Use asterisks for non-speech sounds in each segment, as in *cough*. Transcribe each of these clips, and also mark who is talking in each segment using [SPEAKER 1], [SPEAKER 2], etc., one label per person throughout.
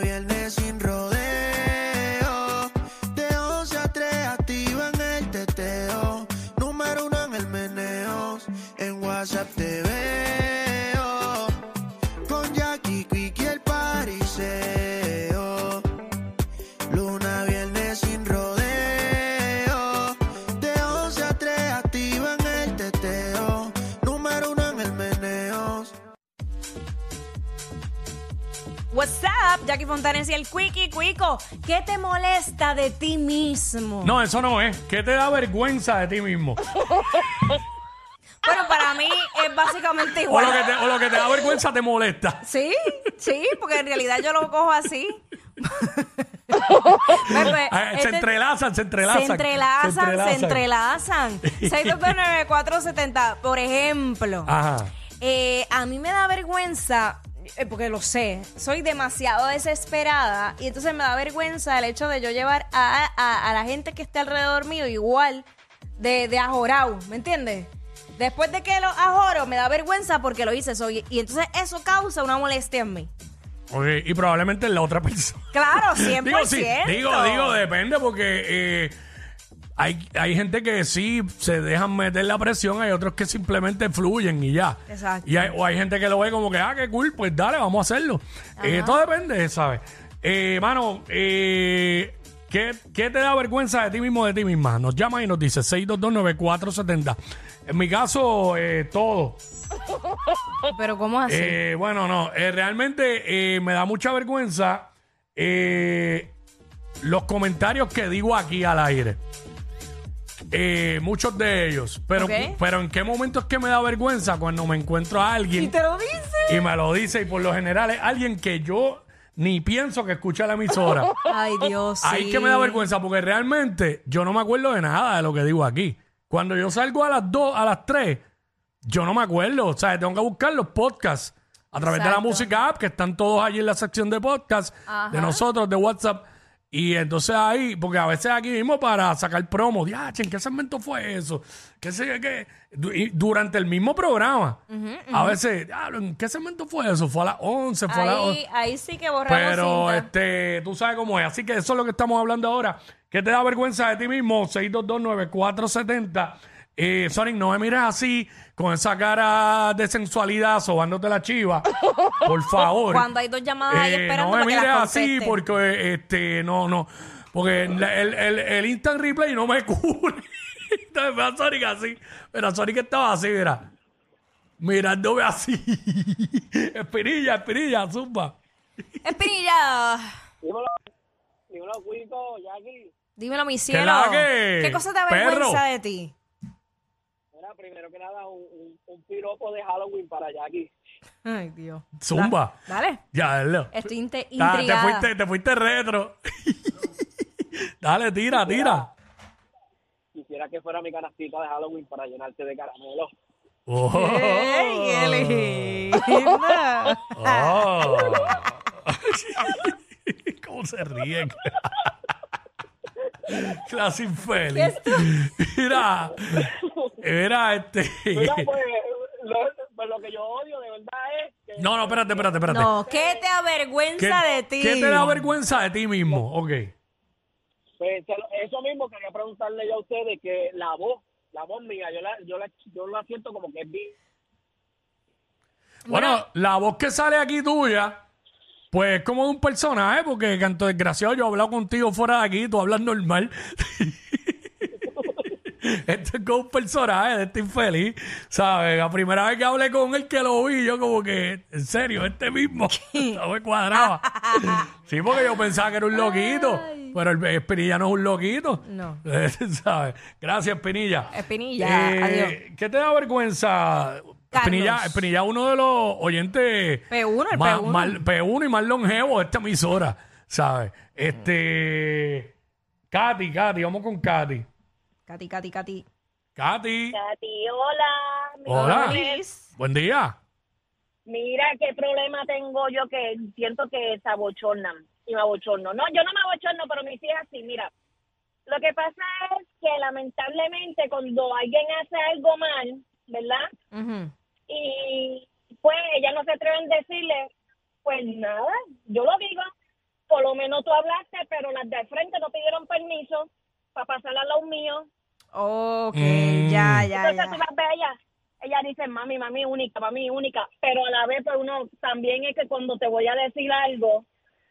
[SPEAKER 1] viernes sin rodeo, de 11 a 3 activa en el teteo, número uno en el meneo, en WhatsApp te veo, con Jackie, Quickie, el pariseo. Luna, viernes sin rodeo, de 11 a 3 activa en el teteo, número uno en el meneo.
[SPEAKER 2] What's up, Jackie Fontanes y el Quickie Cuico. ¿Qué te molesta de ti mismo?
[SPEAKER 3] No, eso no es. ¿Qué te da vergüenza de ti mismo?
[SPEAKER 2] Bueno, para mí es básicamente
[SPEAKER 3] O
[SPEAKER 2] igual.
[SPEAKER 3] lo que te, o lo que te da vergüenza te molesta.
[SPEAKER 2] Sí, sí, porque en realidad yo lo cojo
[SPEAKER 3] *laughs*
[SPEAKER 2] así. Bueno, pues,
[SPEAKER 3] Ah, Se
[SPEAKER 2] este-
[SPEAKER 3] entrelazan, se entrelazan.
[SPEAKER 2] Se entrelazan, se entrelazan.
[SPEAKER 3] *laughs*
[SPEAKER 2] 6299470, por ejemplo.
[SPEAKER 3] Ajá.
[SPEAKER 2] Eh, a mí me da vergüenza, eh, porque lo sé, soy demasiado desesperada y entonces me da vergüenza el hecho de yo llevar a, a- a la gente que esté alrededor mío igual de, de ajorado, ¿me entiendes? Después de que lo ajoro, me da vergüenza porque lo hice soy y entonces eso causa una molestia en mí.
[SPEAKER 3] Ok, y probablemente la otra persona.
[SPEAKER 2] Claro, 100%.
[SPEAKER 3] *laughs* Digo, sí, digo, digo, depende porque eh, hay, hay gente que sí se dejan meter la presión, hay otros que simplemente fluyen y ya.
[SPEAKER 2] Exacto.
[SPEAKER 3] Y hay, o hay gente que lo ve como que, ah, qué cool, pues dale, vamos a hacerlo. Eh, todo depende, ¿sabes? Eh, mano, eh, ¿qué, qué te da vergüenza de ti mismo, de ti misma? Nos llama y nos dice 6229470. En mi caso, eh, todo.
[SPEAKER 2] Pero ¿cómo así?
[SPEAKER 3] Eh, bueno, no, eh, realmente eh, me da mucha vergüenza eh, los comentarios que digo aquí al aire. Eh, muchos de ellos. Pero,
[SPEAKER 2] Ok.
[SPEAKER 3] pero en qué momento es que me da vergüenza cuando me encuentro a alguien
[SPEAKER 2] y te lo dice.
[SPEAKER 3] y me lo dice y por lo general es alguien que yo ni pienso que escucha
[SPEAKER 2] *laughs*
[SPEAKER 3] la emisora.
[SPEAKER 2] Ay, Dios.
[SPEAKER 3] Ahí
[SPEAKER 2] sí.
[SPEAKER 3] que me da vergüenza porque realmente yo no me acuerdo de nada de lo que digo aquí. Cuando yo salgo a las 2, a las 3, yo no me acuerdo. O sea, tengo que buscar los podcasts a través de
[SPEAKER 2] Exacto.
[SPEAKER 3] la música app, que están todos allí en la sección de podcast de nosotros, de WhatsApp. Y entonces ahí, porque a veces aquí mismo para sacar promo, "Diache, ¿en qué segmento fue eso? ¿Qué sé yo qué?" Du- y Durante el mismo programa. A veces, "Diablo, ¿en qué segmento fue eso? Fue a las 11, fue a las 11.
[SPEAKER 2] Ahí, ahí sí que borramos
[SPEAKER 3] Pero
[SPEAKER 2] cinta.
[SPEAKER 3] este, tú sabes cómo es. Así que eso es lo que estamos hablando ahora. ¿Qué te da vergüenza de ti mismo? 6229470. Eh, Sonic, no me mires así, con esa cara de sensualidad, sobándote la chiva. Por favor.
[SPEAKER 2] Cuando hay dos llamadas ahí
[SPEAKER 3] Eh,
[SPEAKER 2] esperando
[SPEAKER 3] no me
[SPEAKER 2] para que
[SPEAKER 3] mires
[SPEAKER 2] las
[SPEAKER 3] así,
[SPEAKER 2] conteste.
[SPEAKER 3] porque eh, este, no, no. Porque la- el, el, el instant replay no me *laughs* cubre. Entonces ve a Sonic así. Mira, Sonic estaba así, mira. Mirándome así. *laughs* espirilla, espirilla, zumba.
[SPEAKER 2] Espinilla.
[SPEAKER 4] Dímelo, dímelo, Cuico, Jackie.
[SPEAKER 2] Dímelo, mi
[SPEAKER 3] ¿Qué
[SPEAKER 2] cielo.
[SPEAKER 3] la que?
[SPEAKER 2] ¿Qué cosa te da
[SPEAKER 3] Perro.
[SPEAKER 2] vergüenza de ti?
[SPEAKER 4] Mira, primero que nada, un, un, un piropo de Halloween para Jackie.
[SPEAKER 2] Ay, Dios.
[SPEAKER 3] Zumba.
[SPEAKER 2] Da- dale.
[SPEAKER 3] Ya, dale.
[SPEAKER 2] Estoy inte-
[SPEAKER 3] Ah, te,
[SPEAKER 2] intrigada.
[SPEAKER 3] fuiste, te fuiste retro. *laughs* Dale, tira, tira.
[SPEAKER 4] Quisiera que fuera mi canastita de Halloween para llenarte de caramelo.
[SPEAKER 3] Oh.
[SPEAKER 2] ¡Ey,
[SPEAKER 3] *laughs*
[SPEAKER 2] Elegida!
[SPEAKER 3] Oh. *laughs* ¿Cómo se ríen? *laughs* Clase infeliz. Mira, mira, este.
[SPEAKER 4] Mira, pues lo, pues lo que yo odio de verdad es que
[SPEAKER 3] No, no, espérate, espérate, espérate.
[SPEAKER 2] No, ¿qué te avergüenza de ti?
[SPEAKER 3] ¿Qué te da vergüenza de ti mismo? Ok.
[SPEAKER 4] pues, se lo- eso mismo quería preguntarle yo a ustedes, que la voz, la voz mía, yo la, yo la, yo la siento como que es bien.
[SPEAKER 3] Bueno, la voz que sale aquí tuya, pues es como de un personaje, porque canto desgraciado, yo he hablado contigo fuera de aquí, tú hablas normal. *laughs* Esto es como un personaje de este infeliz, ¿sabes? La primera vez que hablé con él que lo vi, yo como que, en serio,
[SPEAKER 2] *laughs*
[SPEAKER 3] este mismo, *laughs* no me cuadraba. Sí, porque yo pensaba que era un loquito, pero el Espinilla no es un loquito. *laughs*
[SPEAKER 2] No.
[SPEAKER 3] ¿Sabes? Gracias, Espinilla. Eh,
[SPEAKER 2] Espinilla, adiós.
[SPEAKER 3] ¿Qué te da vergüenza
[SPEAKER 2] Carlos.
[SPEAKER 3] Espinilla, Espinilla es uno de los oyentes
[SPEAKER 2] P1, el
[SPEAKER 3] más-
[SPEAKER 2] P1.
[SPEAKER 3] más- P1 y más longevo de esta emisora, ¿sabes? Este. Katy, Katy, vamos con Katy.
[SPEAKER 2] Katy, Katy, Katy.
[SPEAKER 3] Katy,
[SPEAKER 5] Katy, hola. Mi
[SPEAKER 3] Hola.
[SPEAKER 5] nombre es-
[SPEAKER 2] Luis.
[SPEAKER 3] buen día.
[SPEAKER 5] Mira qué problema tengo yo que siento que se abochornan y me abochorno. No, yo no me abochorno, pero mis hijas sí, mira. Lo que pasa es que lamentablemente cuando alguien hace algo mal, ¿verdad?
[SPEAKER 2] Ujú.
[SPEAKER 5] Y pues ellas no se atreven a decirle, pues nada, yo lo digo. Por lo menos tú hablaste, pero las de frente no pidieron permiso para pasar a los míos.
[SPEAKER 2] Ok,
[SPEAKER 3] Mm.
[SPEAKER 2] ya, ya,
[SPEAKER 5] Entonces tú
[SPEAKER 2] ya.
[SPEAKER 5] las ves a ellas, ellas dicen, mami, mami, única, mami, única, pero a la vez, pues uno también es que cuando te voy a decir algo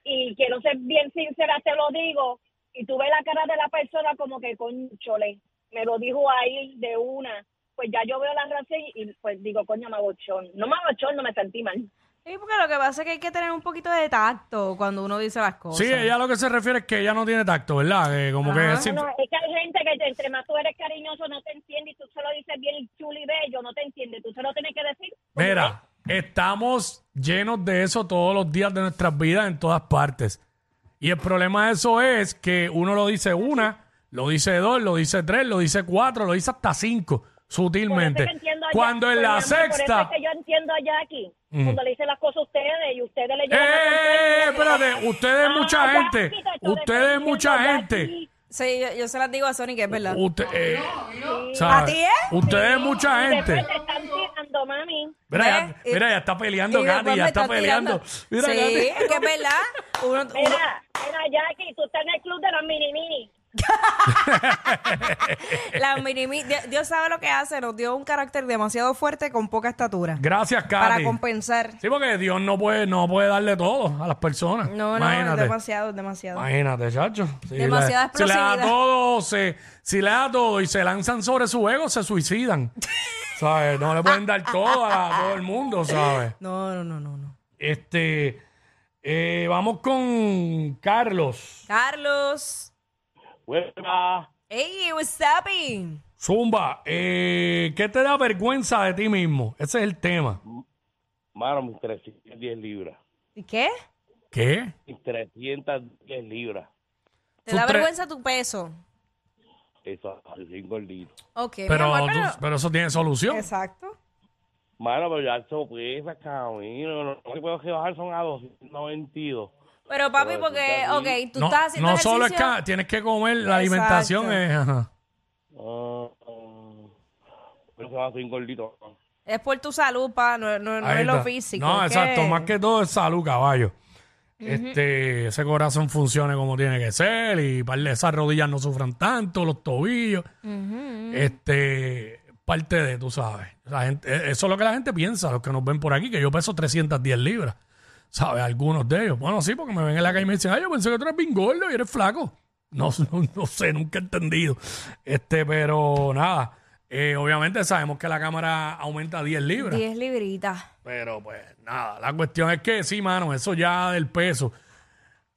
[SPEAKER 5] y quiero ser bien sincera, te lo digo, y tú ves la cara de la persona como que, conchole, me lo dijo ahí de una, pues ya yo veo la razón y pues digo, coño, me abochón, no me abochón, no me sentí mal.
[SPEAKER 2] Sí, porque lo que pasa es que hay que tener un poquito de tacto cuando uno dice las cosas.
[SPEAKER 3] Sí, ella lo que se refiere es que ella no tiene tacto, ¿verdad? Eh, como que
[SPEAKER 2] Ajá.
[SPEAKER 3] sí,
[SPEAKER 5] No, es que hay gente que entre más tú eres cariñoso no te entiende y tú se lo dices bien chuli bello, no te entiende, tú se lo tienes que decir.
[SPEAKER 3] Mira,
[SPEAKER 5] eh.
[SPEAKER 3] estamos llenos de eso todos los días de nuestras vidas en todas partes. Y el problema de eso es que uno lo dice una, lo dice dos, lo dice tres, lo dice cuatro, lo dice hasta cinco,
[SPEAKER 5] Por eso
[SPEAKER 3] sutilmente.
[SPEAKER 5] es que entiendo a Jackie,
[SPEAKER 3] Cuando en
[SPEAKER 5] mi
[SPEAKER 3] la
[SPEAKER 5] amor, Por eso es
[SPEAKER 3] sexta...
[SPEAKER 5] que yo entiendo a Jackie. Cuando le dice las cosas a ustedes y ustedes le
[SPEAKER 3] ¡Eh,
[SPEAKER 5] llevan. la
[SPEAKER 3] eh, eh,
[SPEAKER 5] contraria.
[SPEAKER 3] espérate! Ustedes
[SPEAKER 5] Ah,
[SPEAKER 3] mucha
[SPEAKER 5] Jackie,
[SPEAKER 3] gente,
[SPEAKER 5] te estoy
[SPEAKER 3] ustedes
[SPEAKER 5] defendiendo,
[SPEAKER 3] mucha gente...
[SPEAKER 5] Jackie.
[SPEAKER 2] Sí, yo, yo se las digo a Sony que es verdad.
[SPEAKER 3] Usted, eh, ¿sabe?
[SPEAKER 2] ¿A ti, eh?
[SPEAKER 3] Ustedes mucha
[SPEAKER 5] Y
[SPEAKER 3] gente.
[SPEAKER 5] después te están tirando, mami.
[SPEAKER 3] Mira, ya,
[SPEAKER 2] ¿Ves?
[SPEAKER 3] mira, ya está peleando
[SPEAKER 2] Y
[SPEAKER 3] Katy,
[SPEAKER 2] después pues,
[SPEAKER 3] ya
[SPEAKER 2] me
[SPEAKER 3] está
[SPEAKER 2] están
[SPEAKER 3] peleando.
[SPEAKER 2] tirando.
[SPEAKER 3] Mira,
[SPEAKER 2] sí,
[SPEAKER 3] Katy.
[SPEAKER 2] es que es verdad. Uno,
[SPEAKER 3] *laughs*
[SPEAKER 2] uno-
[SPEAKER 5] Mira, mira, Jackie, tú estás en el club de las mini mini.
[SPEAKER 2] la minimi- Di- Dios sabe lo que hace, nos dio un carácter demasiado fuerte con poca estatura.
[SPEAKER 3] Gracias,
[SPEAKER 2] para
[SPEAKER 3] Katy.
[SPEAKER 2] compensar.
[SPEAKER 3] Sí, porque Dios no puede, no puede darle todo a las personas.
[SPEAKER 2] No, no, es
[SPEAKER 3] imagínate.
[SPEAKER 2] demasiado, es demasiado.
[SPEAKER 3] imagínate, chacho. Si
[SPEAKER 2] Demasiada
[SPEAKER 3] le, si le da
[SPEAKER 2] explosividad.
[SPEAKER 3] todo, se, si le da todo y se lanzan sobre su ego,
[SPEAKER 2] *laughs*
[SPEAKER 3] se suicidan. ¿Sabes? No le pueden dar todo a, todo el mundo, ¿sabes?
[SPEAKER 2] No, no, no, no, no.
[SPEAKER 3] Este, eh, vamos con Carlos.
[SPEAKER 2] Carlos.
[SPEAKER 4] Buena.
[SPEAKER 2] Hey, what's up? y?
[SPEAKER 3] Zumba, eh, ¿qué te da vergüenza de ti mismo? Ese es el tema.
[SPEAKER 4] Mano, mis 310 libras.
[SPEAKER 2] ¿Y qué?
[SPEAKER 3] ¿Qué?
[SPEAKER 4] Mis 310 libras.
[SPEAKER 2] ¿Te
[SPEAKER 3] Sus
[SPEAKER 2] da
[SPEAKER 3] tres-
[SPEAKER 2] vergüenza tu peso?
[SPEAKER 4] Eso, así gordito.
[SPEAKER 2] Ok, mi
[SPEAKER 3] Pero,
[SPEAKER 2] amor,
[SPEAKER 3] tú- pero eso tiene solución.
[SPEAKER 2] Exacto.
[SPEAKER 4] Mano, pero ya eso pues, pesa, camino. Lo que puedo que bajar son a 292.
[SPEAKER 2] Pero papi,
[SPEAKER 4] Pero tú
[SPEAKER 2] porque,
[SPEAKER 4] estás bien.
[SPEAKER 2] ok, tú estás haciendo
[SPEAKER 3] no solo es
[SPEAKER 2] ejercicio.
[SPEAKER 3] que tienes que comer, la
[SPEAKER 2] Exacto.
[SPEAKER 3] alimentación es... ajá.
[SPEAKER 4] Ah, ah. pero se va a ser gordito.
[SPEAKER 2] Es por tu salud, pa, no, no, no
[SPEAKER 3] Ahí
[SPEAKER 2] es lo
[SPEAKER 3] está.
[SPEAKER 2] físico.
[SPEAKER 3] No,
[SPEAKER 2] es
[SPEAKER 3] exacto, más que todo es salud, caballo. Este, ese corazón funcione como tiene que ser y par de esas rodillas no sufran tanto, los tobillos. Este, parte de, tú sabes. La gente, eh, eso es lo que la gente piensa, los que nos ven por aquí, que yo peso 310 libras. ¿Sabes? Algunos de ellos. Bueno, sí, porque me ven en la calle y me dicen, ay, yo pensé que tú eres bien gordo y eres flaco. No, *laughs* no, no sé, nunca he entendido. Este, pero nada. Eh, obviamente sabemos que la cámara aumenta 10 libras.
[SPEAKER 2] 10 libritas.
[SPEAKER 3] Pero pues nada, la cuestión es que sí, mano, eso ya del peso.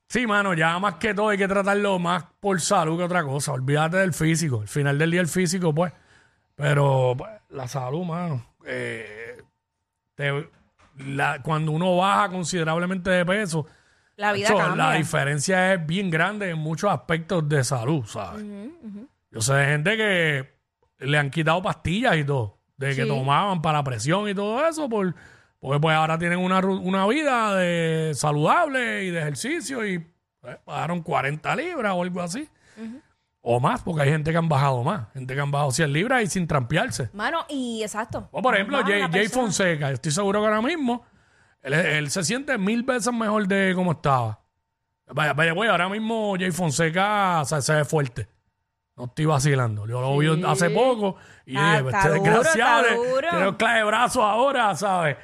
[SPEAKER 3] Sí, mano, ya más que todo hay que tratarlo más por salud que otra cosa. Olvídate del físico. Al final del día el físico, pues. Pero pues, la salud, mano. eh, te- la- cuando uno baja considerablemente de peso,
[SPEAKER 2] La vida
[SPEAKER 3] Chacho,
[SPEAKER 2] cambia.
[SPEAKER 3] la diferencia es bien grande en muchos aspectos de salud, ¿sabes? Yo sé de gente que le han quitado pastillas y todo, de que
[SPEAKER 2] Sí.
[SPEAKER 3] tomaban para la presión y todo eso, por, porque pues ahora tienen una, ru- una vida de saludable y de ejercicio y eh, bajaron 40 libras o algo así. O más, porque hay gente que han bajado más, gente que han bajado 100 libras y sin trampearse.
[SPEAKER 2] Mano, y exacto.
[SPEAKER 3] O Pues, por ejemplo,
[SPEAKER 2] Baja
[SPEAKER 3] Jay,
[SPEAKER 2] la
[SPEAKER 3] Jay
[SPEAKER 2] persona.
[SPEAKER 3] Fonseca, estoy seguro que ahora mismo él, él se siente mil veces mejor de cómo estaba. Vaya, vaya, güey, ahora mismo Jay Fonseca se, se ve fuerte. No estoy vacilando. Yo lo vi hace poco y yo
[SPEAKER 2] Ah,
[SPEAKER 3] dije,
[SPEAKER 2] está
[SPEAKER 3] este
[SPEAKER 2] duro,
[SPEAKER 3] desgraciado,
[SPEAKER 2] está duro".
[SPEAKER 3] tiene un clave brazo
[SPEAKER 2] *laughs*
[SPEAKER 3] ahora, ¿sabes?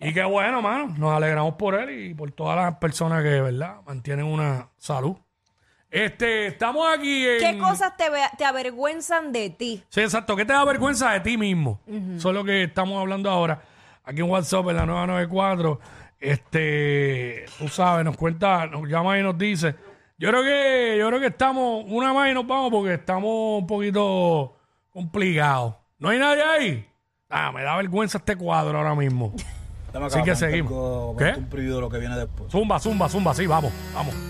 [SPEAKER 3] Y qué bueno, mano. Nos alegramos por él y por todas las personas que, ¿verdad? Mantienen una salud. Este, estamos aquí en...
[SPEAKER 2] ¿Qué cosas te, ve- te avergüenzan de ti?
[SPEAKER 3] Sí, exacto. ¿Qué te da vergüenza de ti mismo? Eso es lo que estamos hablando ahora. Aquí en WhatsApp, en la 994. Este, tú sabes, nos cuenta, nos llama y nos dice. Yo creo que, yo creo que estamos, una más y nos vamos porque estamos un poquito complicados. ¿No hay nadie ahí? Ah, me da vergüenza este cuadro ahora mismo.
[SPEAKER 6] Dame acá,
[SPEAKER 3] Así que
[SPEAKER 6] ponte
[SPEAKER 3] seguimos.
[SPEAKER 6] algo,
[SPEAKER 3] ¿Qué?
[SPEAKER 6] ponte un preview de lo que viene después.
[SPEAKER 3] Zumba, zumba, zumba, sí, vamos, vamos.